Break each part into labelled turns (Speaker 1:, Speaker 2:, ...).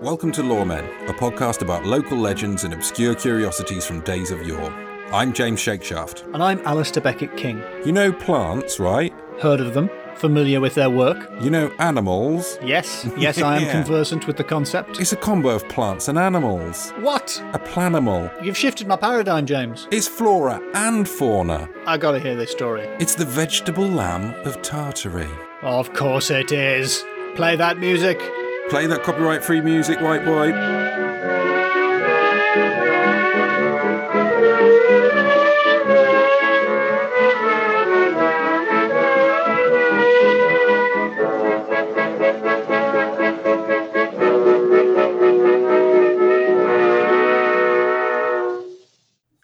Speaker 1: Welcome to Lawmen, a podcast about local legends and obscure curiosities from days of yore. I'm James Shakeshaft.
Speaker 2: And I'm Alistair Beckett King.
Speaker 1: You know plants, right?
Speaker 2: Heard of them? Familiar with their work?
Speaker 1: You know animals.
Speaker 2: Yes, yes, I am
Speaker 1: Yeah.
Speaker 2: conversant with the concept.
Speaker 1: It's a combo of plants and animals.
Speaker 2: What?
Speaker 1: A planimal.
Speaker 2: You've shifted my paradigm, James.
Speaker 1: It's flora and fauna.
Speaker 2: I gotta hear this story.
Speaker 1: It's the vegetable lamb of Tartary.
Speaker 2: Of course it is. Play that music.
Speaker 1: Play that copyright free music, white boy.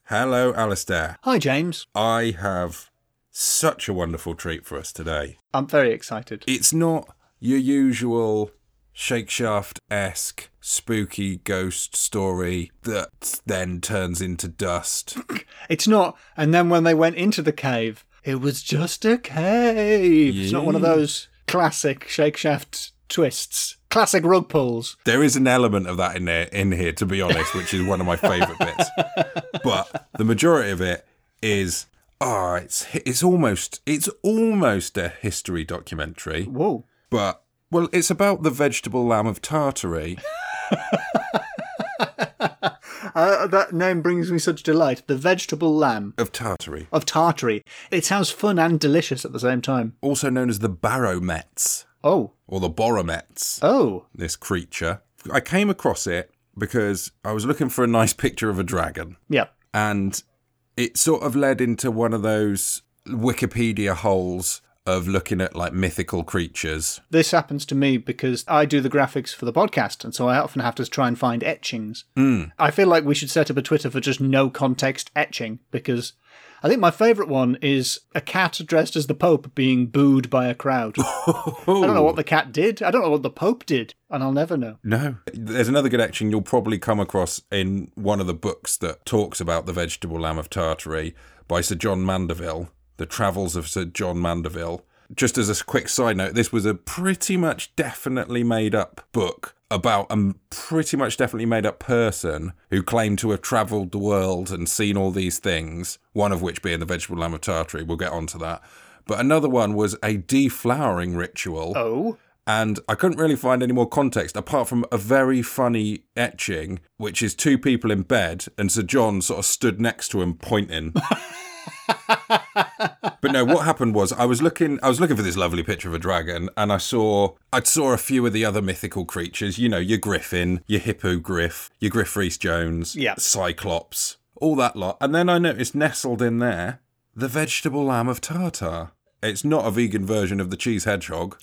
Speaker 1: Hello, Alistair.
Speaker 2: Hi, James.
Speaker 1: I have such a wonderful treat for us today.
Speaker 2: I'm very excited.
Speaker 1: It's not your usual Shakeshaft esque spooky ghost story that then turns into dust.
Speaker 2: It's not. And then when they went into the cave, it was just a cave. It's not one of
Speaker 1: Yeah.
Speaker 2: those classic shake shaft twists, classic rug pulls.
Speaker 1: there is an element of that in there in here, to be honest, which is one of my favourite bits. But the majority of it is ah, it's it's almost it's almost a history documentary.
Speaker 2: Whoa.
Speaker 1: But well, it's about the vegetable lamb of Tartary.
Speaker 2: Uh, that name brings me such delight. The vegetable lamb.
Speaker 1: Of Tartary.
Speaker 2: of Tartary. It sounds fun and delicious at the same time.
Speaker 1: Also known as the Baromets
Speaker 2: Oh,
Speaker 1: or the Boromets.
Speaker 2: oh,
Speaker 1: this creature. I came across it because I was looking for a nice picture of a dragon,
Speaker 2: yeah.
Speaker 1: and it sort of led into one of those Wikipedia holes of looking at like mythical creatures.
Speaker 2: This happens to me because I do the graphics for the podcast, and so I often have to try and find etchings. I feel like we should set up a Twitter for just no context etching because I think my favourite one is a cat dressed as the Pope being booed by a crowd. I don't know what the cat did. I don't know what the Pope did, and I'll never know.
Speaker 1: No. There's another good action you'll probably come across in one of the books that talks about the vegetable lamb of Tartary by Sir John Mandeville, The Travels of Sir John Mandeville. Just as a quick side note, this was a pretty much definitely made up book about a pretty much definitely made up person who claimed to have travelled the world and seen all these things, one of which being the vegetable lamb of Tartary. We'll get onto that. But another one was a deflowering ritual
Speaker 2: Oh,
Speaker 1: and I couldn't really find any more context apart from a very funny etching, which is two people in bed, and Sir John sort of stood next to him pointing. but no, what happened was I was looking, I was looking for this lovely picture of a dragon, and I saw, I saw a few of the other mythical creatures. You know, your griffin, your hippo griff, your Griff Rhys Jones,
Speaker 2: Yeah.
Speaker 1: Cyclops, all that lot. And then I noticed nestled in there the vegetable lamb of Tartar. It's not a vegan version of the cheese hedgehog.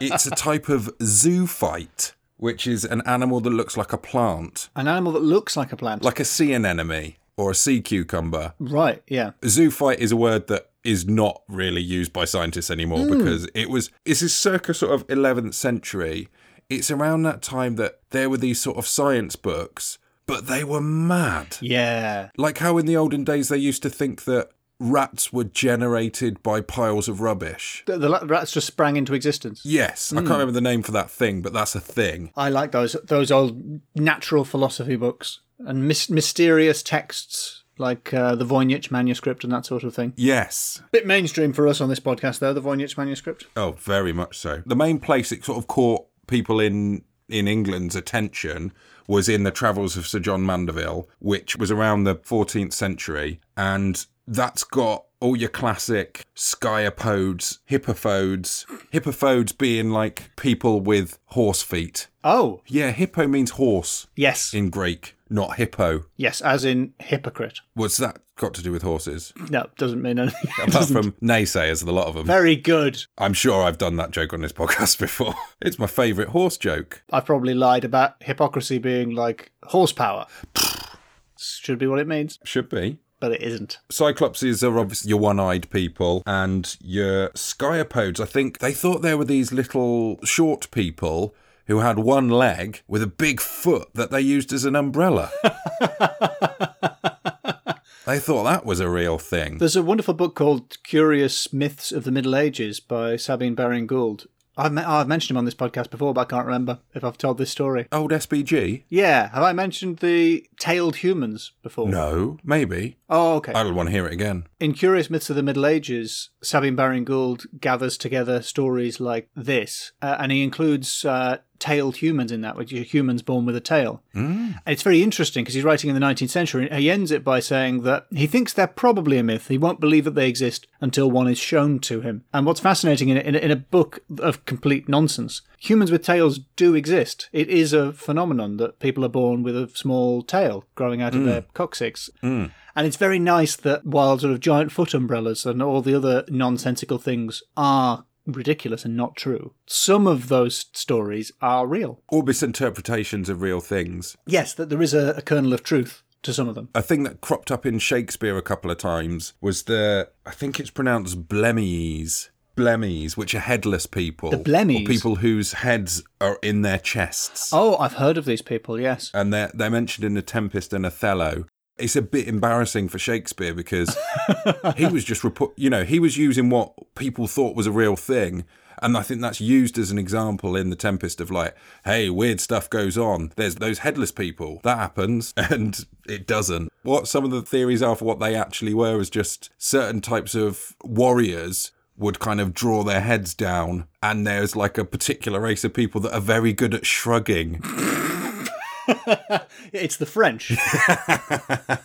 Speaker 1: it's a type of zoophyte, which is an animal that looks like a plant,
Speaker 2: an animal that looks like a plant.
Speaker 1: like a sea anemone or a sea cucumber.
Speaker 2: right, yeah.
Speaker 1: Zoophyte is a word that is not really used by scientists anymore because it was this is circa sort of 11th century. It's around that time that there were these sort of science books, but they were mad.
Speaker 2: Yeah.
Speaker 1: Like how in the olden days they used to think that rats were generated by piles of rubbish.
Speaker 2: The, the la- rats just sprang into existence.
Speaker 1: Yes, I can't remember the name for that thing, but that's a thing.
Speaker 2: I like those those old natural philosophy books and mys- mysterious texts like uh, the Voynich manuscript and that sort of thing.
Speaker 1: Yes.
Speaker 2: Bit mainstream for us on this podcast, though the Voynich manuscript.
Speaker 1: Oh, very much so. The main place it sort of caught people in in England's attention was in the Travels of Sir John Mandeville, which was around the 14th century, and that's got all your classic skyopodes, hippophodes, hippophodes being like people with horse feet.
Speaker 2: Oh,
Speaker 1: Yeah, hippo means horse
Speaker 2: yes,
Speaker 1: in Greek, not hippo.
Speaker 2: yes, as in hypocrite.
Speaker 1: What's that got to do with horses?
Speaker 2: No, doesn't mean anything.
Speaker 1: Apart from naysayers, the lot of them.
Speaker 2: Very good.
Speaker 1: I'm sure I've done that joke on this podcast before. It's my favourite horse joke.
Speaker 2: I've probably lied about hypocrisy being like horsepower. Should be what it means,
Speaker 1: Should be.
Speaker 2: but it isn't.
Speaker 1: Cyclopses are obviously your one eyed people, and your skyopodes, I think they thought they were these little short people who had one leg with a big foot that they used as an umbrella. They thought that was a real thing.
Speaker 2: There's a wonderful book called Curious Myths of the Middle Ages by Sabine Baring Gould. I've, me- I've mentioned him on this podcast before, but I can't remember if I've told this story.
Speaker 1: Old SBG?
Speaker 2: Yeah, have I mentioned the tailed humans before?
Speaker 1: No, maybe.
Speaker 2: Oh, okay.
Speaker 1: I would want to hear it again.
Speaker 2: In Curious Myths of the Middle Ages, Sabine Baring Gould gathers together stories like this, uh, and he includes uh, tailed humans in that, which are humans born with a tail. Mm. It's very interesting because he's writing in the 19th century, and he ends it by saying that he thinks they're probably a myth. He won't believe that they exist until one is shown to him. And what's fascinating in a, in a, in a book of complete nonsense, humans with tails do exist. It is a phenomenon that people are born with a small tail growing out of their coccyx. And it's very nice that while sort of giant foot umbrellas and all the other nonsensical things are ridiculous and not true, some of those stories are real.
Speaker 1: Orbis interpretations of real things.
Speaker 2: Yes, that there is a, a kernel of truth to some of them.
Speaker 1: A thing that cropped up in Shakespeare a couple of times was the, I think it's pronounced blemmies. Blemmies, which are headless people. The
Speaker 2: blemmies?
Speaker 1: Or people whose heads are in their chests.
Speaker 2: Oh, I've heard of these people, yes.
Speaker 1: and they're, they're mentioned in The Tempest and Othello. It's a bit embarrassing for Shakespeare because he was just, report, you know, he was using what people thought was a real thing. And I think that's used as an example in The Tempest of like, hey, weird stuff goes on. There's those headless people. That happens. And it doesn't. What some of the theories are for what they actually were is just certain types of warriors would kind of draw their heads down. And there's like a particular race of people that are very good at shrugging.
Speaker 2: It's the French.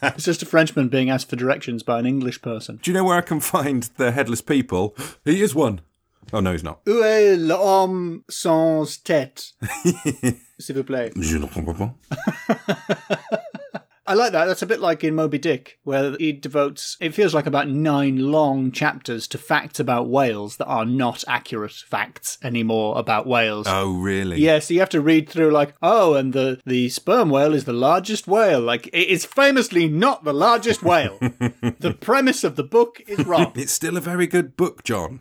Speaker 2: it's just a Frenchman being asked for directions by an English person.
Speaker 1: Do you know where I can find the headless people? He is one. Oh no, he's not.
Speaker 2: Où est l'homme sans tête? S'il vous plaît.
Speaker 1: Je ne comprends pas.
Speaker 2: I like that. That's a bit like in Moby Dick, where he devotes, it feels like about nine long chapters to facts about whales that are not accurate facts anymore about whales.
Speaker 1: Oh really?
Speaker 2: Yeah, so you have to read through like, oh, and the, the sperm whale is the largest whale. Like, it is famously not the largest whale. the premise of the book is wrong.
Speaker 1: It's still a very good book, John.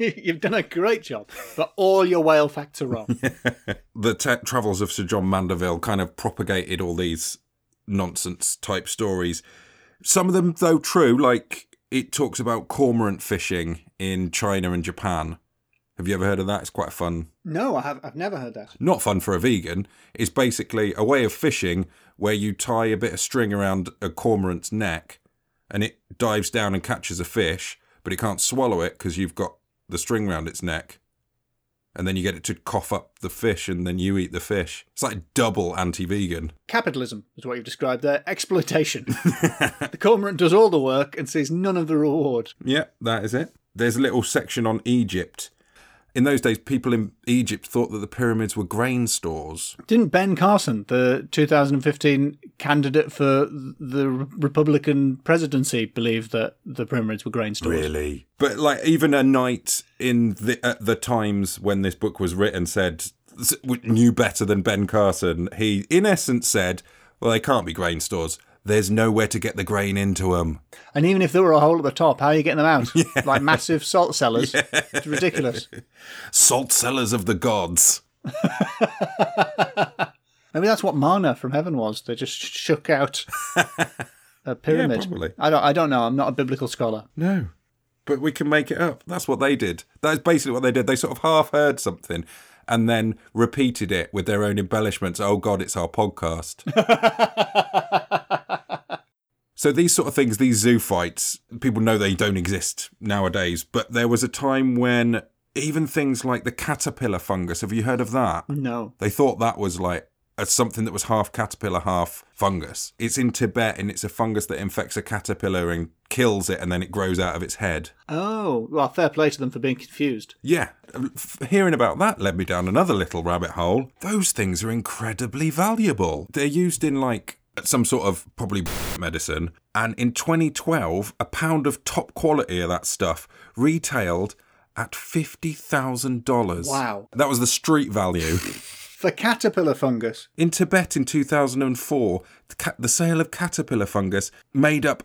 Speaker 2: You've done a great job, but all your whale facts are wrong.
Speaker 1: the t- travels of Sir John Mandeville kind of propagated all these nonsense type stories. Some of them, though, true. Like it talks about cormorant fishing in China and Japan. Have you ever heard of that? It's quite fun.
Speaker 2: no, I have, I've never heard that.
Speaker 1: Not fun for a vegan. It's basically a way of fishing where you tie a bit of string around a cormorant's neck, and it dives down and catches a fish, but it can't swallow it because you've got the string around its neck. And then you get it to cough up the fish, and then you eat the fish. It's like double anti-vegan.
Speaker 2: Capitalism is what you've described there. Exploitation. the cormorant does all the work and sees none of the reward.
Speaker 1: Yeah, that is it. There's a little section on Egypt. In those days, people in Egypt thought that the pyramids were grain stores.
Speaker 2: Didn't Ben Carson, the 2015 candidate for the Republican presidency, believe that the pyramids were grain stores?
Speaker 1: Really? But like, even a knight in the at the times when this book was written said s- knew better than Ben Carson. He, in essence, said, "Well, they can't be grain stores. There's nowhere to get the grain into them."
Speaker 2: And even if there were a hole at the top, how are you getting them out? Like massive salt cellars. It's ridiculous.
Speaker 1: Salt cellars of the gods.
Speaker 2: Maybe that's what mana from heaven was. They just shook out a pyramid.
Speaker 1: probably.
Speaker 2: I don't. I don't know. I'm not a biblical scholar.
Speaker 1: No. But we can make it up. That's what they did. That's basically what they did. They sort of half heard something and then repeated it with their own embellishments. Oh, God, it's our podcast. so these sort of things, these zoo fights, people know they don't exist nowadays. But there was a time when even things like the caterpillar fungus, have you heard of that?
Speaker 2: No.
Speaker 1: They thought that was like a, something that was half caterpillar, half fungus. It's in Tibet and it's a fungus that infects a caterpillar and kills it and then it grows out of its head.
Speaker 2: Oh well, fair play to them for being confused.
Speaker 1: Yeah, f- hearing about that led me down another little rabbit hole. Those things are incredibly valuable. They're used in like some sort of probably medicine. And in 2012, a pound of top quality of that stuff retailed at $50,000.
Speaker 2: Wow.
Speaker 1: That was the street value.
Speaker 2: for caterpillar fungus.
Speaker 1: In Tibet in 2004, the, ca- the sale of caterpillar fungus made up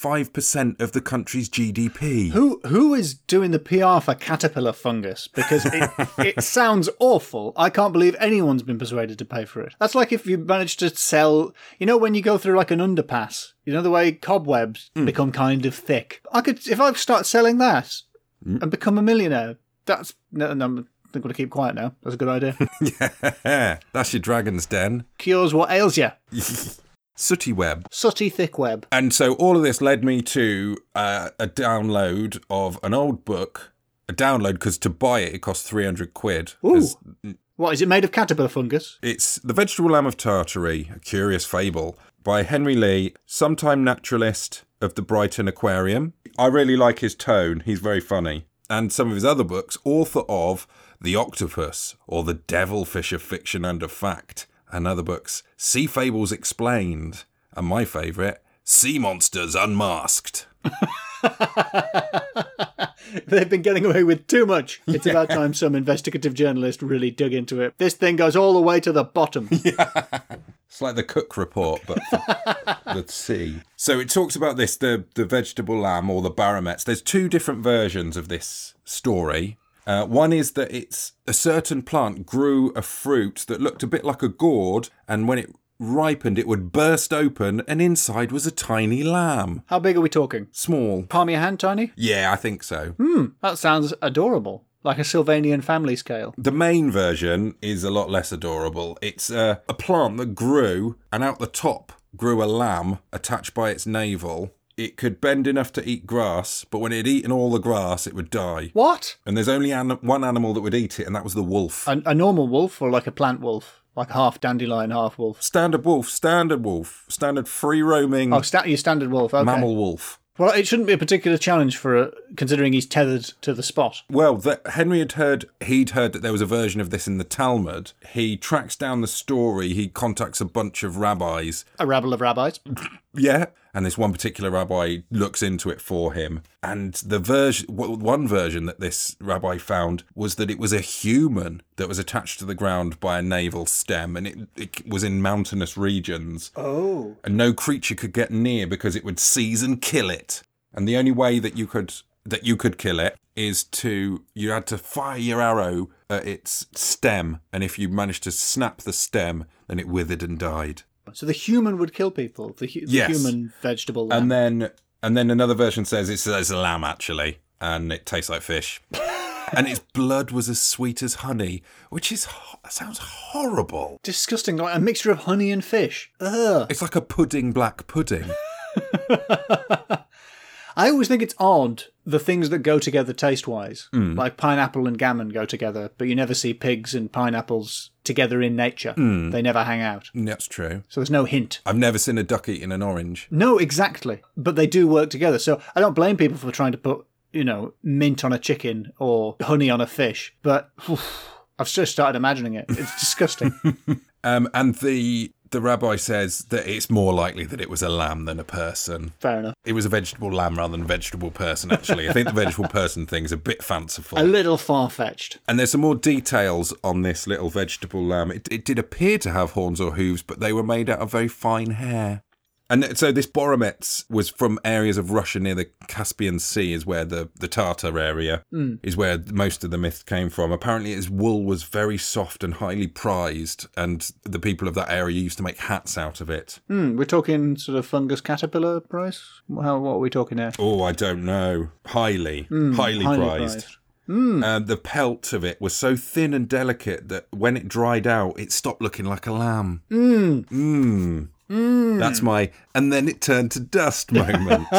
Speaker 1: 8.5% of the country's GDP.
Speaker 2: Who who is doing the PR for caterpillar fungus? Because it, it sounds awful. I can't believe anyone's been persuaded to pay for it. That's like if you manage to sell, you know, when you go through like an underpass. You know the way cobwebs become kind of thick. I could if I start selling that and become a millionaire. That's no, no, I'm going to keep quiet now. That's a good idea.
Speaker 1: yeah, that's your dragon's den.
Speaker 2: Cures what ails you.
Speaker 1: Sooty web.
Speaker 2: Sooty thick web.
Speaker 1: And so all of this led me to uh, a download of an old book. A download because to buy it it cost three hundred quid.
Speaker 2: Ooh.
Speaker 1: As-
Speaker 2: What is it made of caterpillar fungus?
Speaker 1: It's The Vegetable Lamb of Tartary, a curious fable by Henry Lee, sometime naturalist of the Brighton Aquarium. I really like his tone, he's very funny. And some of his other books, author of The Octopus or The Devilfish of Fiction and of Fact, and other books, Sea Fables Explained, and my favourite, Sea Monsters Unmasked.
Speaker 2: They've been getting away with too much. It's about time some investigative journalist really dug into it. This thing goes all the way to the bottom.
Speaker 1: It's like the Cook Report, but for the sea. So it talks about this the the vegetable lamb or the baromets. There's two different versions of this story. Uh, one is that it's a certain plant grew a fruit that looked a bit like a gourd, and when it ripened, it would burst open, and inside was a tiny lamb,
Speaker 2: How big are we talking?
Speaker 1: small.
Speaker 2: Palm your hand, Tiny?
Speaker 1: Yeah, I think so.
Speaker 2: That sounds adorable. Like a Sylvanian family scale.
Speaker 1: The main version is a lot less adorable. It's uh, a plant that grew, and out the top grew a lamb attached by its navel. It could bend enough to eat grass, but when it had eaten all the grass, it would die.
Speaker 2: What?
Speaker 1: And there's only an- one animal that would eat it, and that was the wolf.
Speaker 2: A, a normal wolf or like a plant wolf? Like half dandelion, half wolf?
Speaker 1: standard wolf, standard wolf, standard free roaming
Speaker 2: Oh, sta- your standard wolf. Okay.
Speaker 1: mammal wolf.
Speaker 2: Well, it shouldn't be a particular challenge for a, considering he's tethered to the spot.
Speaker 1: Well, that Henry had heard he'd heard that there was a version of this in the Talmud. He tracks down the story. He contacts a bunch of rabbis
Speaker 2: A rabble of rabbis.
Speaker 1: Yeah. And this one particular rabbi looks into it for him. And the version, w- one version that this rabbi found was that it was a human that was attached to the ground by a navel stem and it, it was in mountainous regions.
Speaker 2: Oh.
Speaker 1: And no creature could get near because it would seize and kill it. And the only way that you could that you could kill it is to you had to fire your arrow at its stem and if you managed to snap the stem then it withered and died
Speaker 2: So the human would kill people. The, hu- the
Speaker 1: Yes.
Speaker 2: human vegetable.
Speaker 1: And then and then another version says it's, it's a lamb actually, and it tastes like fish. and its blood was as sweet as honey, which is ho- sounds horrible.
Speaker 2: disgusting, like a mixture of honey and fish. Ugh.
Speaker 1: It's like a pudding black pudding.
Speaker 2: I always think it's odd the things that go together taste wise. Like pineapple and gammon go together, but you never see pigs and pineapples together in nature. They never hang out.
Speaker 1: Mm, That's true.
Speaker 2: So there's no hint.
Speaker 1: I've never seen a duck eating an orange.
Speaker 2: No, exactly. But they do work together. So I don't blame people for trying to put, you know, mint on a chicken or honey on a fish, but oof, I've just started imagining it. It's disgusting.
Speaker 1: Um, and the the rabbi says that it's more likely that it was a lamb than a person.
Speaker 2: Fair enough.
Speaker 1: It was a vegetable lamb rather than a vegetable person. Actually, I think the vegetable person thing's a bit fanciful.
Speaker 2: A little far fetched.
Speaker 1: And there's some more details on this little vegetable lamb. It, it did appear to have horns or hooves, but they were made out of very fine hair. And so this Boromets was from areas of Russia near the Caspian Sea, is where the, the Tartar area
Speaker 2: Hmm.
Speaker 1: is where most of the myth came from. Apparently, its wool was very soft and highly prized, and the people of that area used to make hats out of it.
Speaker 2: Hmm, we're talking sort of fungus caterpillar price? How, what are we talking here?
Speaker 1: Oh, I don't know. Highly, highly,
Speaker 2: Hmm. highly
Speaker 1: prized.
Speaker 2: prized.
Speaker 1: Uh, the pelt of it was so thin and delicate that when it dried out, it stopped looking like a lamb. Mmm. Mmm. That's my, and then it turned to dust moment.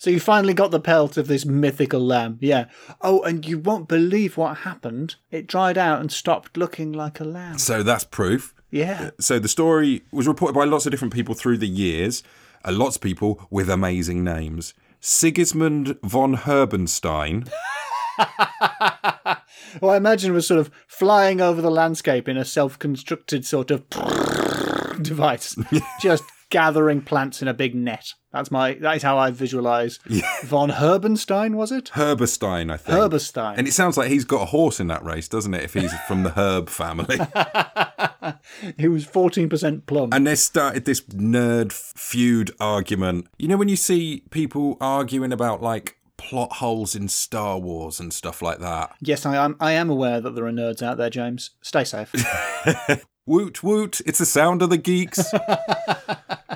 Speaker 2: So you finally got the pelt of this mythical lamb, yeah. Oh, and you won't believe what happened. It dried out and stopped looking like a lamb.
Speaker 1: so that's proof.
Speaker 2: Yeah.
Speaker 1: So the story was reported by lots of different people through the years, uh, lots of people with amazing names. Sigismund von Herbenstein.
Speaker 2: Well, I imagine was sort of flying over the landscape in a self-constructed sort of device, just gathering plants in a big net. That's my that is how I visualize von Herbenstein. Was it
Speaker 1: Herberstein, I think.
Speaker 2: Herberstein?
Speaker 1: And it sounds like he's got a horse in that race, doesn't it? If he's from the Herb family.
Speaker 2: He was fourteen percent plum.
Speaker 1: And they started this nerd feud argument. You know, when you see people arguing about like plot holes in Star Wars and stuff like that.
Speaker 2: yes, I am. I am aware that there are nerds out there, James. Stay safe.
Speaker 1: Woot woot, it's the sound of the geeks.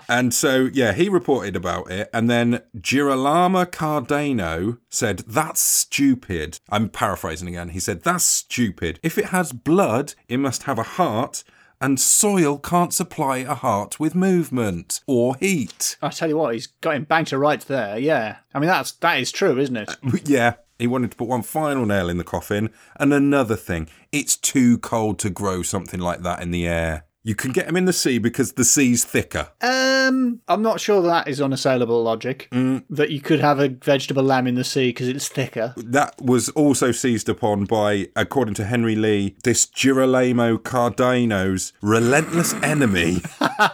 Speaker 1: and so, yeah, he reported about it. And then Girolamo Cardano said, That's stupid. I'm paraphrasing again. He said, That's stupid. If it has blood, it must have a heart. And soil can't supply a heart with movement or heat.
Speaker 2: I tell you what, he's got him banged to rights there. Yeah, I mean that's that is true, isn't it?
Speaker 1: Yeah, he wanted to put one final nail in the coffin. And another thing, it's too cold to grow something like that in the air. You can get them in the sea because the sea's thicker.
Speaker 2: Um, I'm not sure that is unassailable logic. That you could have a vegetable lamb in the sea because it's thicker.
Speaker 1: That was also seized upon by, according to Henry Lee, this Girolamo Cardano's relentless enemy.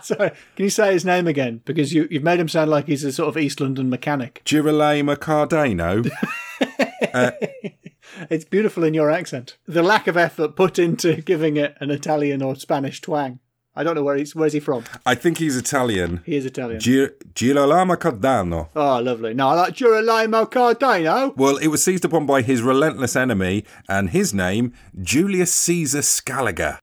Speaker 2: Sorry, can you say his name again? Because you, you've made him sound like he's a sort of East London mechanic.
Speaker 1: Girolamo Cardano.
Speaker 2: It's beautiful in your accent. The lack of effort put into giving it an Italian or Spanish twang. I don't know where he's where's he from.
Speaker 1: I think he's Italian.
Speaker 2: He is Italian.
Speaker 1: Gir- Girolamo Cardano.
Speaker 2: oh, lovely. No, I like Girolamo Cardano.
Speaker 1: Well, it was seized upon by his relentless enemy and his name, Julius Caesar Scaliger.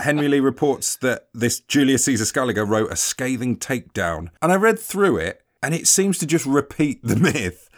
Speaker 1: Henry Lee reports that this Julius Caesar Scaliger wrote a scathing takedown. And I read through it, and it seems to just repeat the myth.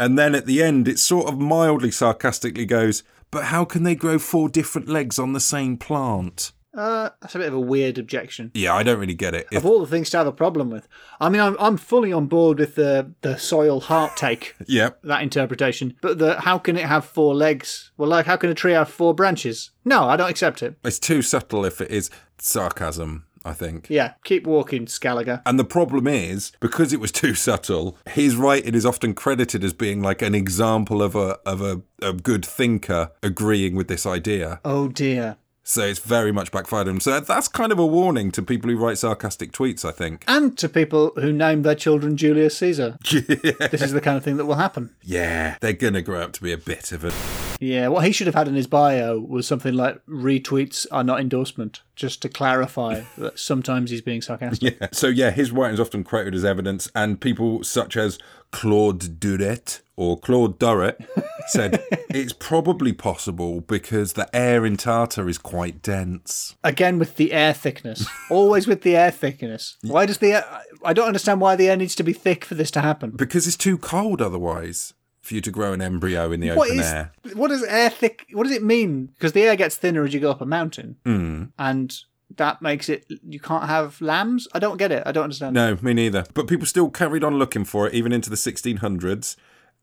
Speaker 1: And then at the end, it sort of mildly sarcastically goes, But how can they grow four different legs on the same plant?
Speaker 2: Uh, that's a bit of a weird objection.
Speaker 1: Yeah, I don't really get it.
Speaker 2: Of
Speaker 1: If,
Speaker 2: all the things to have a problem with, I mean, I'm, I'm fully on board with the the soil heart take.
Speaker 1: yeah.
Speaker 2: that interpretation. But the how can it have four legs? Well, like how can a tree have four branches? No, I don't accept it.
Speaker 1: It's too subtle if it is sarcasm, I think.
Speaker 2: Yeah, keep walking, Scaliger.
Speaker 1: And the problem is, because it was too subtle, his writing is often credited as being like an example of a of a, a good thinker agreeing with this idea.
Speaker 2: Oh dear.
Speaker 1: So it's very much backfired on him. So that's kind of a warning to people who write sarcastic tweets, I think.
Speaker 2: And to people who name their children Julius Caesar. This is the kind of thing that will happen.
Speaker 1: Yeah, they're gonna grow up to be a bit of a
Speaker 2: Yeah, what he should have had in his bio was something like retweets are not endorsement, just to clarify that sometimes he's being sarcastic.
Speaker 1: Yeah. So yeah, his writing is often quoted as evidence, and people such as Claude Duret or Claude Durrett said it's probably possible because the air in Tartar is quite dense.
Speaker 2: Again with the air thickness. Always with the air thickness. Why does the air. I don't understand why the air needs to be thick for this to happen.
Speaker 1: Because it's too cold otherwise for you to grow an embryo in the
Speaker 2: What
Speaker 1: open
Speaker 2: is
Speaker 1: air.
Speaker 2: what does air thick? What does it mean? Because the air gets thinner as you go up a mountain,
Speaker 1: Hmm.
Speaker 2: and that makes it you can't have lambs. I don't get it. I don't understand.
Speaker 1: No, me neither. But people still carried on looking for it even into the 1600s.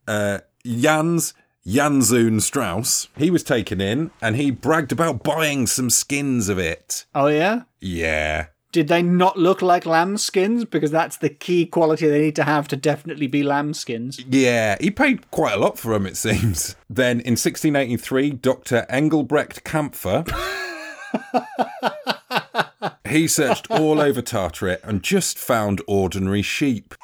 Speaker 1: Uh, Jans Janzoon Strauss, he was taken in and he bragged about buying some skins of it.
Speaker 2: Oh yeah,
Speaker 1: Yeah.
Speaker 2: did they not look like lamb skins? Because that's the key quality they need to have to definitely be lamb skins.
Speaker 1: Yeah, he paid quite a lot for them, it seems. Then in 1683, Dr. Engelbrecht Kampfer. he searched all over Tartaret and just found ordinary sheep.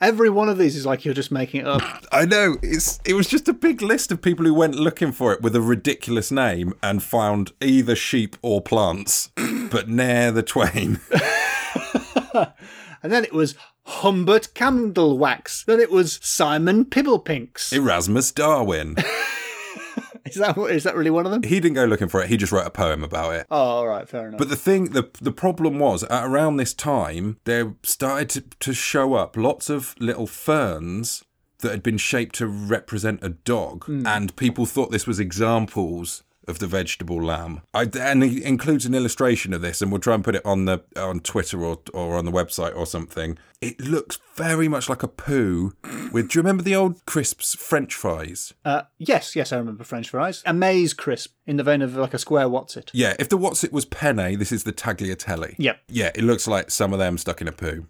Speaker 2: Every one of these is like you're just making it up.
Speaker 1: I know, it's it was just a big list of people who went looking for it with a ridiculous name and found either sheep or plants, but ne'er the twain.
Speaker 2: And then it was Humbert Candlewax. Then it was Simon Pibblepinks.
Speaker 1: Erasmus Darwin.
Speaker 2: Is that what- is that really one of them?
Speaker 1: He didn't go looking for it, he just wrote a poem about it.
Speaker 2: Oh, all right, fair enough.
Speaker 1: But the thing, the the problem was at around this time there started to, to show up lots of little ferns that had been shaped to represent a dog, and people thought this was examples of the vegetable lamb. I, and he includes an illustration of this, and we'll try and put it on the on Twitter or or on the website or something. It looks very much like a poo. With do you remember the old crisps French fries?
Speaker 2: uh, yes, yes, I remember French fries. A maize crisp in the vein of like a square what's it?
Speaker 1: Yeah, if the what's it was penne, this is the tagliatelle.
Speaker 2: Yep.
Speaker 1: Yeah, it looks like some of them stuck in a poo.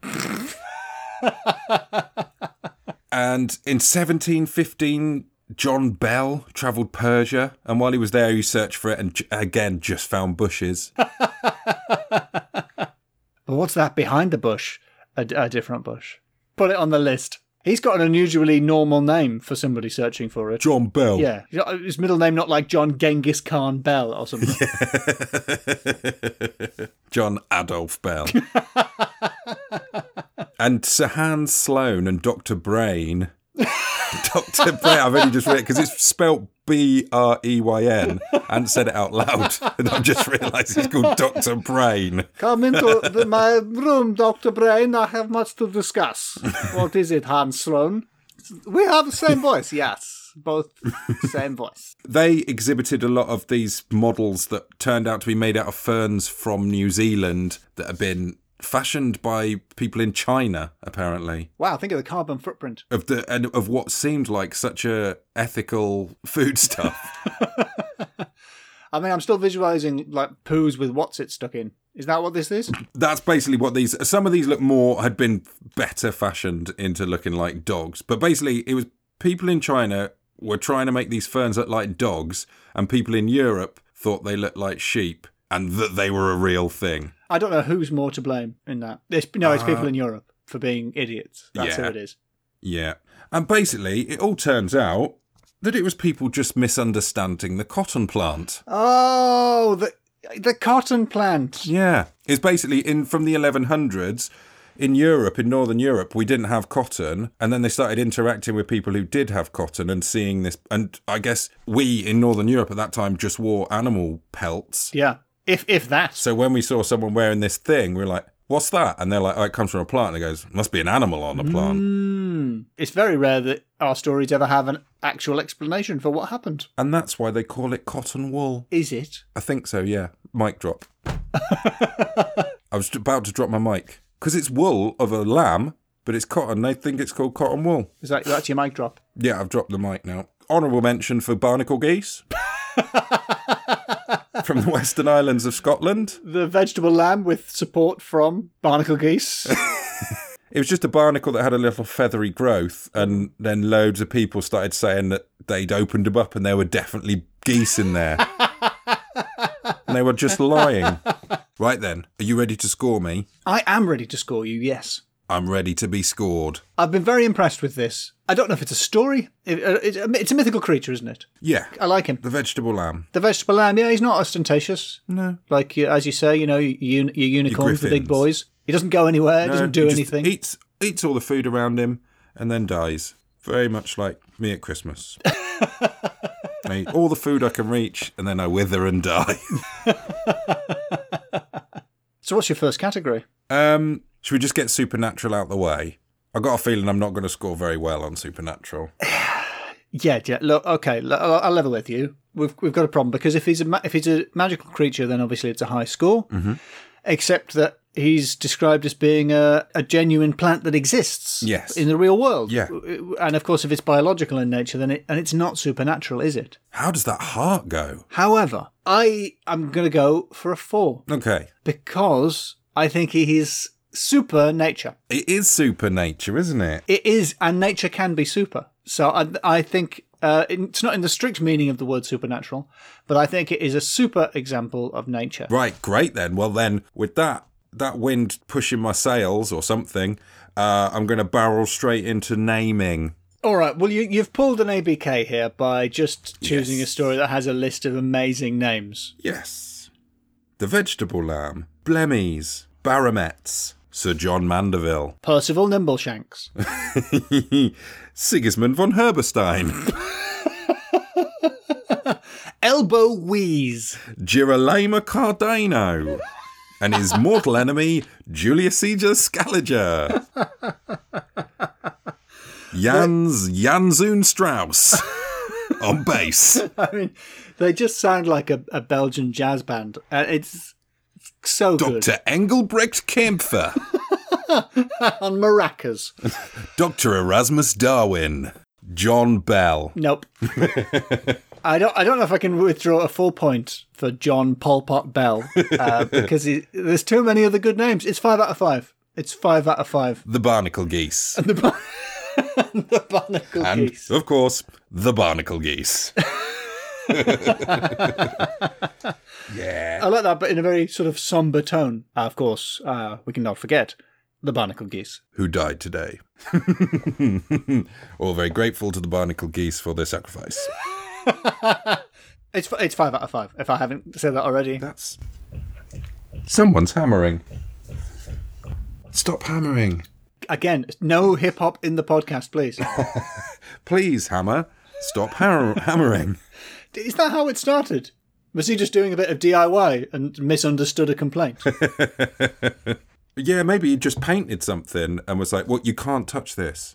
Speaker 1: and in 1715, John Bell travelled Persia, and while he was there, he searched for it and j- again just found bushes.
Speaker 2: But what's that behind the bush? A, a different bush. Put it on the list. He's got an unusually normal name for somebody searching for it.
Speaker 1: John Bell.
Speaker 2: Yeah. His middle name not like John Genghis Khan Bell or something.
Speaker 1: John Adolf Bell. and Sahan Sloan and Dr. Brain. Dr. Brain, I've only just read it because it's spelt B R E Y N and said it out loud. And I've just realised it's called Dr. Brain.
Speaker 2: Come into the, my room, Dr. Brain. I have much to discuss. What is it, Hans Sloan? We have the same voice, yes. Both same voice.
Speaker 1: They exhibited a lot of these models that turned out to be made out of ferns from New Zealand that have been fashioned by people in China, apparently.
Speaker 2: Wow, think of the carbon footprint.
Speaker 1: of the and of what seemed like such a ethical foodstuff.
Speaker 2: I mean, I'm still visualizing like poos with what's it stuck in. Is that what this is?
Speaker 1: That's basically what these. Some of these look more had been better fashioned into looking like dogs, but basically it was people in China were trying to make these ferns look like dogs, and people in Europe thought they looked like sheep and that they were a real thing.
Speaker 2: I don't know who's more to blame in that. It's, no, it's people in Europe for being idiots. That's
Speaker 1: Uh-huh. yeah.
Speaker 2: who it is.
Speaker 1: Yeah, and basically it all turns out that it was people just misunderstanding the cotton plant.
Speaker 2: Oh, the the cotton plant.
Speaker 1: Yeah, it's basically in from the 1100s in Europe, in northern Europe, we didn't have cotton, and then they started interacting with people who did have cotton and seeing this. And I guess we in northern Europe at that time just wore animal pelts.
Speaker 2: Yeah. If if that.
Speaker 1: So when we saw someone wearing this thing, we were like, "What's that?" And they're like, "Oh, it comes from a plant." And it goes, "Must be an animal on the plant."
Speaker 2: Mm. It's very rare that our stories ever have an actual explanation for what happened.
Speaker 1: And that's why they call it cotton wool.
Speaker 2: Is it?
Speaker 1: I think so. Yeah. Mic drop. I was about to drop my mic because it's wool of a lamb, but it's cotton. They think it's called cotton wool.
Speaker 2: Is that that's your mic drop?
Speaker 1: Yeah, I've dropped the mic now. Honourable mention for barnacle geese from the Western Islands of Scotland.
Speaker 2: The vegetable lamb with support from barnacle geese.
Speaker 1: It was just a barnacle that had a little feathery growth, and then loads of people started saying that they'd opened them up and there were definitely geese in there. and they were just lying. Right then, are you ready to score me?
Speaker 2: I am ready to score you. Yes.
Speaker 1: I'm ready to be scored.
Speaker 2: I've been very impressed with this. I don't know if it's a story. It- uh, it's a- it's a mythical creature, isn't it?
Speaker 1: Yeah,
Speaker 2: I like him.
Speaker 1: the vegetable lamb.
Speaker 2: The vegetable lamb, yeah, he's not ostentatious.
Speaker 1: No.
Speaker 2: Like, you- as you say, you know, your, uni- your unicorns, the big
Speaker 1: griffins.
Speaker 2: boys. He doesn't go anywhere, doesn't do
Speaker 1: Uh, He just
Speaker 2: anything.
Speaker 1: Eats, eats all the food around him and then dies. Very much like me at Christmas. I eat all the food I can reach and then I wither and die.
Speaker 2: So, what's your first category?
Speaker 1: Um, should we just get Supernatural out the way? I got a feeling I'm not going to score very well on Supernatural.
Speaker 2: Yeah, yeah. Look, okay, l- I'll I'll level with you. We've we've got a problem because if he's a ma- if he's a magical creature, then obviously it's a high score.
Speaker 1: Mm-hmm.
Speaker 2: Except that he's described as being a, a genuine plant that exists
Speaker 1: Yes.
Speaker 2: in the real world.
Speaker 1: Yeah.
Speaker 2: and of course, if it's biological in nature, then it and it's not supernatural, is it?
Speaker 1: How does that heart go?
Speaker 2: However, I am going to go for a four.
Speaker 1: Okay.
Speaker 2: because I think he is super nature.
Speaker 1: It is super nature, isn't it?
Speaker 2: It is, and nature can be super. So I, I think uh, it's not in the strict meaning of the word supernatural, but I think it is a super example of nature.
Speaker 1: Right, great then. Well, then, with that, that wind pushing my sails or something, uh, I'm going to barrel straight into naming.
Speaker 2: All right. Well, you, you've pulled an ABK here by just choosing
Speaker 1: Yes.
Speaker 2: a story that has a list of amazing names.
Speaker 1: Yes. The Vegetable Lamb, Blemmies, Baronets, Sir John Mandeville,
Speaker 2: Percival Nimbleshanks.
Speaker 1: Sigismund von Herberstein,
Speaker 2: Elbow Wheeze.
Speaker 1: Girolamo Cardano, and his mortal enemy, Julius Caesar Scaliger. Jans Janzoon Strauss on bass.
Speaker 2: I mean, they just sound like a, a Belgian jazz band. Uh, it's so good.
Speaker 1: Dr. Engelbrecht Kempfer,
Speaker 2: On maracas.
Speaker 1: Dr. Erasmus Darwin, John Bell.
Speaker 2: Nope. I don't. I don't know if I can withdraw a full point for John Pol Pot Bell uh, because he, there's too many other good names. It's five out of five. It's five out of five.
Speaker 1: The Barnacle Geese.
Speaker 2: The, the barnacle
Speaker 1: And,
Speaker 2: geese.
Speaker 1: of course, the barnacle geese.
Speaker 2: I
Speaker 1: yeah.
Speaker 2: like that, but in a very sort of somber tone. Uh, of course, uh, we cannot forget the barnacle geese.
Speaker 1: Who died today? All very grateful to the barnacle geese for their sacrifice.
Speaker 2: It's f- it's five out of five. If I haven't said that already,
Speaker 1: That's. Someone's hammering. Stop hammering.
Speaker 2: again, no hip hop in the podcast, please.
Speaker 1: Please, hammer. Stop har- hammering.
Speaker 2: Is that how it started? Was he just doing a bit of DIY and misunderstood a complaint?
Speaker 1: Yeah, maybe he just painted something and was like, well, you can't touch this.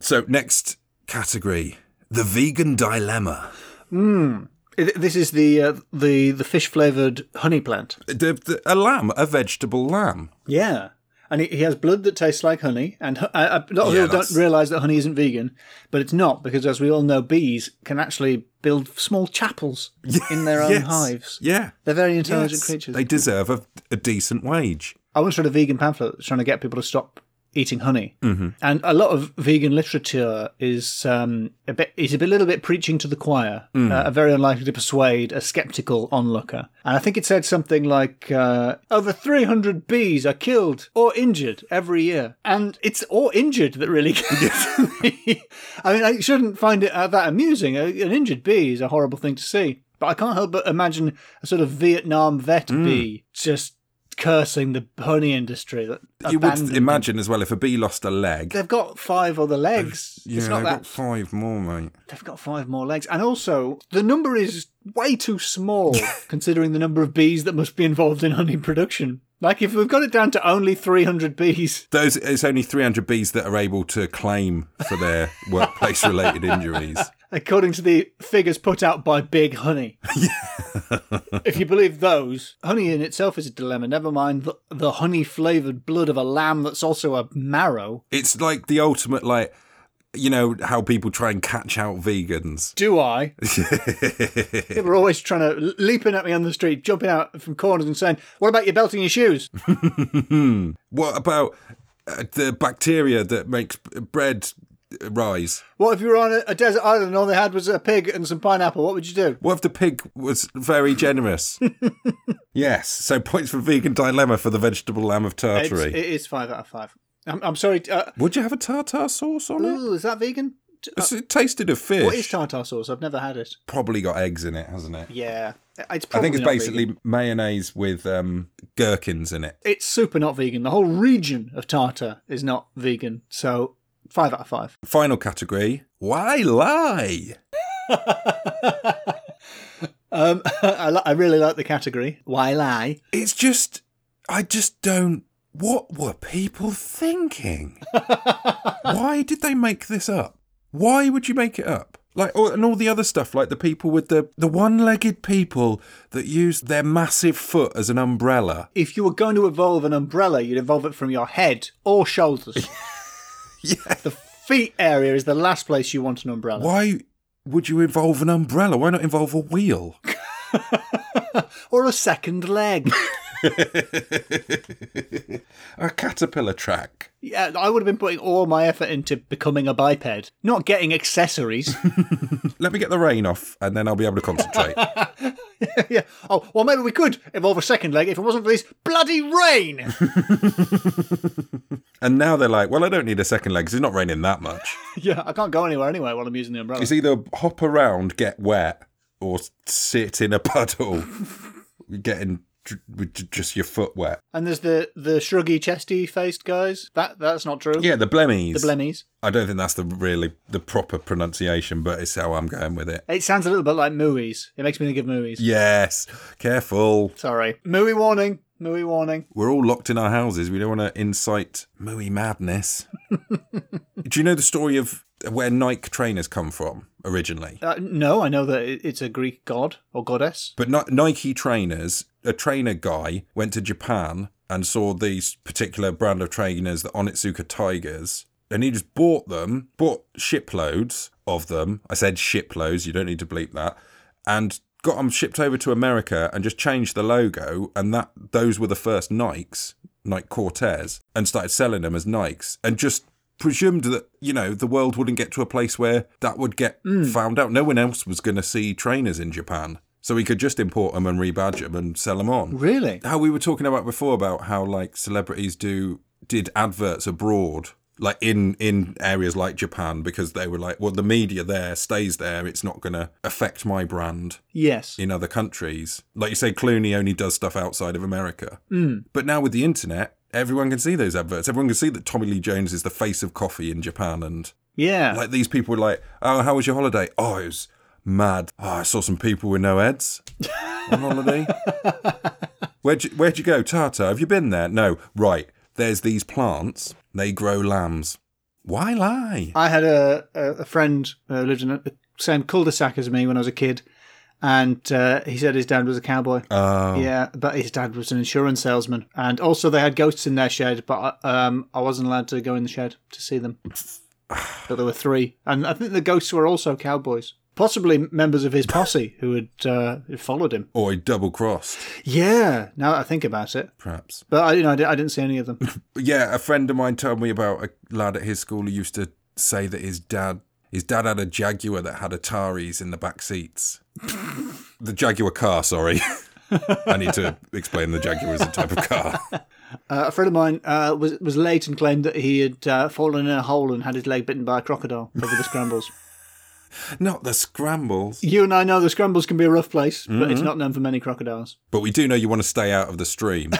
Speaker 1: so, next category the vegan dilemma.
Speaker 2: Th- this is the uh, the the fish flavored honey plant.
Speaker 1: The, the, a lamb, a vegetable lamb.
Speaker 2: Yeah. And he, he has blood that tastes like honey, and hu- I, I, a lot of
Speaker 1: Yeah,
Speaker 2: people don't
Speaker 1: that's-
Speaker 2: realise that honey isn't vegan, but it's not because, as we all know, bees can actually build small chapels in their own
Speaker 1: Yes.
Speaker 2: hives.
Speaker 1: Yeah.
Speaker 2: They're very intelligent
Speaker 1: Yes.
Speaker 2: creatures.
Speaker 1: They deserve a, a decent wage.
Speaker 2: I once read a vegan pamphlet that's trying to get people to stop eating honey, mm-hmm. and a lot of vegan literature is um, a bit is a bit- little bit preaching to the choir, uh, very unlikely to persuade a skeptical onlooker. And I think it said something like, uh, "Over 300 bees are killed or injured every year," and it's "or injured" that really gets me. I mean, I shouldn't find it uh, that amusing. A- An injured bee is a horrible thing to see. But I can't help but imagine a sort of Vietnam vet bee just cursing the honey industry. That
Speaker 1: You
Speaker 2: abandoned
Speaker 1: would
Speaker 2: them.
Speaker 1: imagine as well if a bee lost a leg.
Speaker 2: they've got five other legs.
Speaker 1: Oh, Yeah,
Speaker 2: it's
Speaker 1: they've
Speaker 2: not that
Speaker 1: got five more, mate.
Speaker 2: they've got five more legs, and also the number is way too small considering the number of bees that must be involved in honey production. Like if we've got it down to only three hundred bees,
Speaker 1: Those, it's only 300 bees that are able to claim for their workplace related injuries.
Speaker 2: according to the figures put out by Big Honey. if you believe those, honey in itself is a dilemma. Never mind the, the honey flavored blood of a lamb that's also a marrow.
Speaker 1: It's like the ultimate, like, you know, how people try and catch out vegans.
Speaker 2: Do I? People are always trying to l- leaping at me on the street, jumping out from corners and saying, "What about your belt and your shoes?"
Speaker 1: What about uh, the bacteria that makes bread rise?
Speaker 2: What if you were on a, a desert island and all they had was a pig and some pineapple? What would you do?
Speaker 1: What if the pig was very generous? yes. So points for vegan dilemma for the vegetable lamb of
Speaker 2: It's,
Speaker 1: Tartary.
Speaker 2: it is five out of five. I'm, I'm sorry. Uh,
Speaker 1: Would you have a tartar sauce on it?
Speaker 2: ooh, is that vegan? T-
Speaker 1: It's- It tasted of fish.
Speaker 2: Uh, What is tartar sauce? I've never had it.
Speaker 1: Probably got eggs in it, hasn't it?
Speaker 2: Yeah, it's. Probably
Speaker 1: I think it's
Speaker 2: not
Speaker 1: basically
Speaker 2: vegan.
Speaker 1: mayonnaise with um, gherkins in it.
Speaker 2: It's super not vegan. The whole region of tartar is not vegan. So five out of five.
Speaker 1: Final category. Why lie?
Speaker 2: Um, I, li- I really like the category. Why lie?
Speaker 1: It's just, I just don't. What were people thinking? Why did they make this up? Why would you make it up? Like, or, and all the other stuff, like the people with the the one-legged people that use their massive foot as an umbrella.
Speaker 2: If you were going to evolve an umbrella, you'd evolve it from your head or shoulders.
Speaker 1: Yeah.
Speaker 2: the feet area is the last place you want an umbrella.
Speaker 1: Why would you involve an umbrella? Why not involve a wheel?
Speaker 2: or a second leg.
Speaker 1: A caterpillar track.
Speaker 2: yeah, I would have been putting all my effort into becoming a biped, not getting accessories.
Speaker 1: Let me get the rain off, and then I'll be able to concentrate.
Speaker 2: yeah. Oh, well, maybe we could evolve a second leg if it wasn't for this bloody rain.
Speaker 1: and now they're like, well, I don't need a second leg 'cause it's not raining that much.
Speaker 2: yeah, I can't go anywhere anyway while I'm using the umbrella.
Speaker 1: It's either hop around, get wet, or sit in a puddle, getting dr- with j- just your foot wet.
Speaker 2: And there's the the shruggy, chesty faced guys. That that's not true.
Speaker 1: Yeah, the blemmies.
Speaker 2: The blemmies.
Speaker 1: I don't think that's the really the proper pronunciation, but it's how I'm going with it.
Speaker 2: It sounds a little bit like mooies. It makes me think of mooies.
Speaker 1: Yes, careful.
Speaker 2: Sorry. Mooie warning. Mooie warning.
Speaker 1: We're all locked in our houses. We don't want to incite mooey madness. Do you know the story of where Nike trainers come from originally?
Speaker 2: Uh, no, I know that it- it's a Greek god or goddess.
Speaker 1: But Ni- Nike trainers, a trainer guy went to Japan and saw these particular brand of trainers, the Onitsuka Tigers, and he just bought them, bought shiploads of them. I said shiploads, you don't need to bleep that. And got them shipped over to America and just changed the logo and that those were the first Nikes, Nike Cortez. and started selling them as Nikes and just presumed that, you know, the world wouldn't get to a place where that would get found out. No one else was going to see trainers in Japan. So he could just import them and rebadge them and sell them on
Speaker 2: Really?
Speaker 1: how we were talking about before about how like celebrities do did adverts abroad like in in areas like Japan because they were like well the media there stays there it's not going to affect my brand
Speaker 2: Yes.
Speaker 1: in other countries like you say Clooney only does stuff outside of America but now with the internet everyone can see those adverts everyone can see that Tommy Lee Jones is the face of coffee in Japan and
Speaker 2: Yeah.
Speaker 1: like these people were like, "Oh, how was your holiday? Oh, it was mad. Oh, I saw some people with no heads on holiday. where'd you, where'd you go, Tata? Have you been there? No. Right. There's these plants. They grow lambs. Why lie?
Speaker 2: I had a, a, a friend who lived in the same cul-de-sac as me when I was a kid, and uh, he said his dad was a cowboy.
Speaker 1: Oh,
Speaker 2: Yeah, but his dad was an insurance salesman, and also they had ghosts in their shed, but I, um, I wasn't allowed to go in the shed to see them. but there were three, and I think the ghosts were also cowboys, possibly members of his posse who had uh, had followed him.
Speaker 1: or he double crossed,
Speaker 2: Yeah, now that I think about it,
Speaker 1: perhaps.
Speaker 2: but I, you know, I, di- I didn't see any of them.
Speaker 1: yeah, a friend of mine told me about a lad at his school who used to say that his dad his dad had a Jaguar that had Ataris in the back seats. the Jaguar car, sorry. I need to explain the Jaguar is a type of car.
Speaker 2: Uh, a friend of mine uh, was was late and claimed that he had uh, fallen in a hole and had his leg bitten by a crocodile over the scrambles.
Speaker 1: Not the scrambles.
Speaker 2: You and I know the scrambles can be a rough place, but it's not known for many crocodiles.
Speaker 1: But we do know you want to stay out of the stream.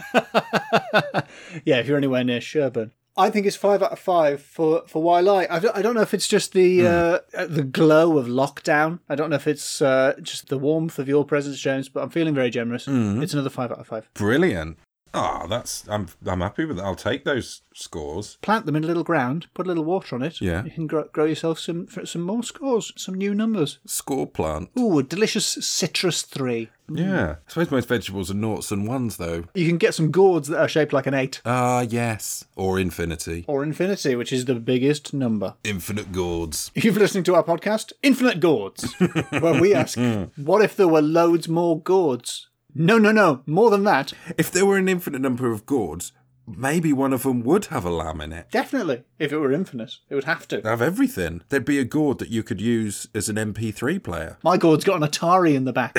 Speaker 2: Yeah, if you're anywhere near Sherburn. I think it's five out of five for for Why Lie. I don't, I don't know if it's just the uh, uh, the glow of lockdown. I don't know if it's uh, just the warmth of your presence, James. But I'm feeling very generous. It's another five out of five.
Speaker 1: Brilliant. Ah, that's I'm I'm happy with that. I'll take those scores.
Speaker 2: Plant them in a little ground. Put a little water on it.
Speaker 1: Yeah.
Speaker 2: you can grow, grow yourself some some more scores, some new numbers.
Speaker 1: Score plant.
Speaker 2: Ooh, a delicious citrus three.
Speaker 1: Yeah. I suppose most vegetables are noughts and ones though.
Speaker 2: You can get some gourds that are shaped like an eight
Speaker 1: Ah, yes. Or infinity.
Speaker 2: or infinity, which is the biggest number.
Speaker 1: Infinite gourds.
Speaker 2: If you've listening to our podcast, Infinite Gourds, where we ask, what if there were loads more gourds? No, no, no, more than that.
Speaker 1: If there were an infinite number of gourds, maybe one of them would have a lamb in it.
Speaker 2: Definitely. If it were infinite, it would have to.
Speaker 1: Have everything. There'd be a gourd that you could use as an MP3 player.
Speaker 2: My gourd's got an Atari in the back.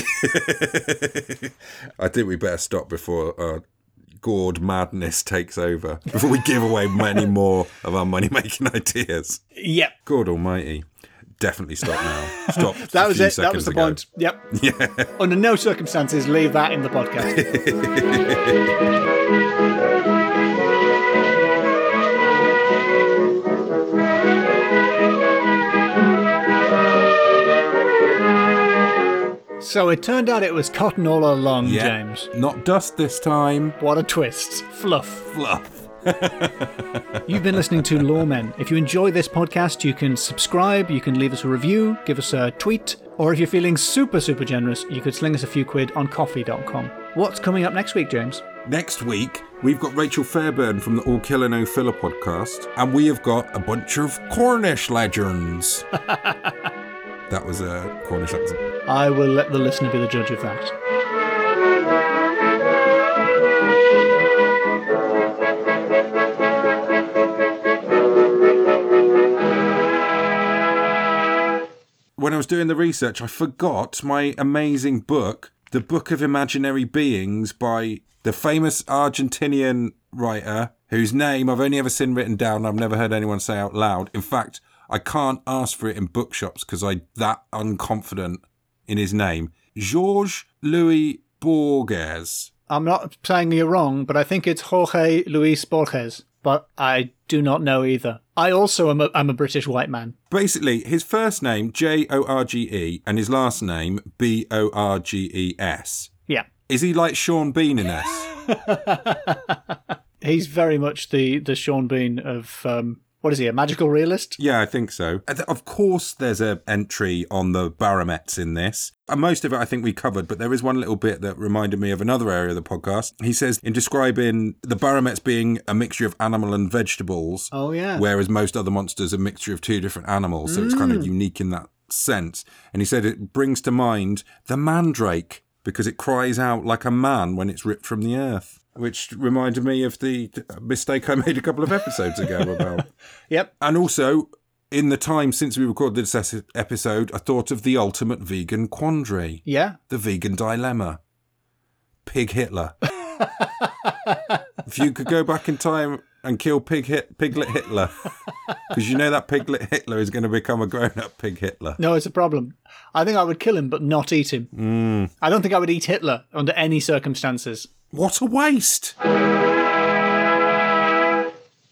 Speaker 1: I think we better stop before our gourd madness takes over, before we give away many more of our money making ideas.
Speaker 2: yep.
Speaker 1: God almighty. Definitely stop now. Stop.
Speaker 2: That
Speaker 1: a
Speaker 2: was
Speaker 1: few
Speaker 2: it. That
Speaker 1: seconds
Speaker 2: was the
Speaker 1: ago.
Speaker 2: point. Yep. Under no circumstances, leave that in the podcast. so it turned out it was cotton all along,
Speaker 1: Yeah.
Speaker 2: James.
Speaker 1: Not dust this time.
Speaker 2: What a twist. Fluff.
Speaker 1: Fluff.
Speaker 2: You've been listening to Lawmen. If you enjoy this podcast, you can subscribe, you can leave us a review, give us a tweet, or if you're feeling super, super generous, you could sling us a few quid on coffee.com. What's coming up next week, James?
Speaker 1: Next week, we've got Rachel Fairburn from the All Killer No Filler podcast, and we have got a bunch of Cornish legends. that was a Cornish accent.
Speaker 2: I will let the listener be the judge of that.
Speaker 1: when I was doing the research, I forgot my amazing book, The Book of Imaginary Beings by the famous Argentinian writer whose name I've only ever seen written down. I've never heard anyone say out loud. In fact, I can't ask for it in bookshops because I'm that unconfident in his name. Georges Louis Borges.
Speaker 2: I'm not saying you're wrong, but I think it's Jorge Luis Borges, but I do not know either. I also am a, I'm a British white man.
Speaker 1: Basically, his first name, J O R G E, and his last name, B O R G E S.
Speaker 2: Yeah.
Speaker 1: Is he like Sean Bean in S?
Speaker 2: He's very much the, the Sean Bean of, um, what is he, a magical realist?
Speaker 1: Yeah, I think so. Uh, th- Of course, there's a entry on the baromets in this. And most of it I think we covered, but there is one little bit that reminded me of another area of the podcast. He says, in describing the baromets being a mixture of animal and vegetables,
Speaker 2: Oh, yeah.
Speaker 1: whereas most other monsters are a mixture of two different animals. So it's kind
Speaker 2: Mm.
Speaker 1: of unique in that sense. And he said it brings to mind the mandrake because it cries out like a man when it's ripped from the earth. which reminded me of the mistake I made a couple of episodes ago about.
Speaker 2: Yep.
Speaker 1: And also, in the time since we recorded this es- episode, I thought of the ultimate vegan quandary,
Speaker 2: Yeah.
Speaker 1: the vegan dilemma. Pig Hitler. if you could go back in time and kill Pig Hit- Piglet Hitler, because you know that Piglet Hitler is going to become a grown-up Pig Hitler.
Speaker 2: No, it's a problem. I think I would kill him, but not eat him. I don't think I would eat Hitler under any circumstances.
Speaker 1: What a waste!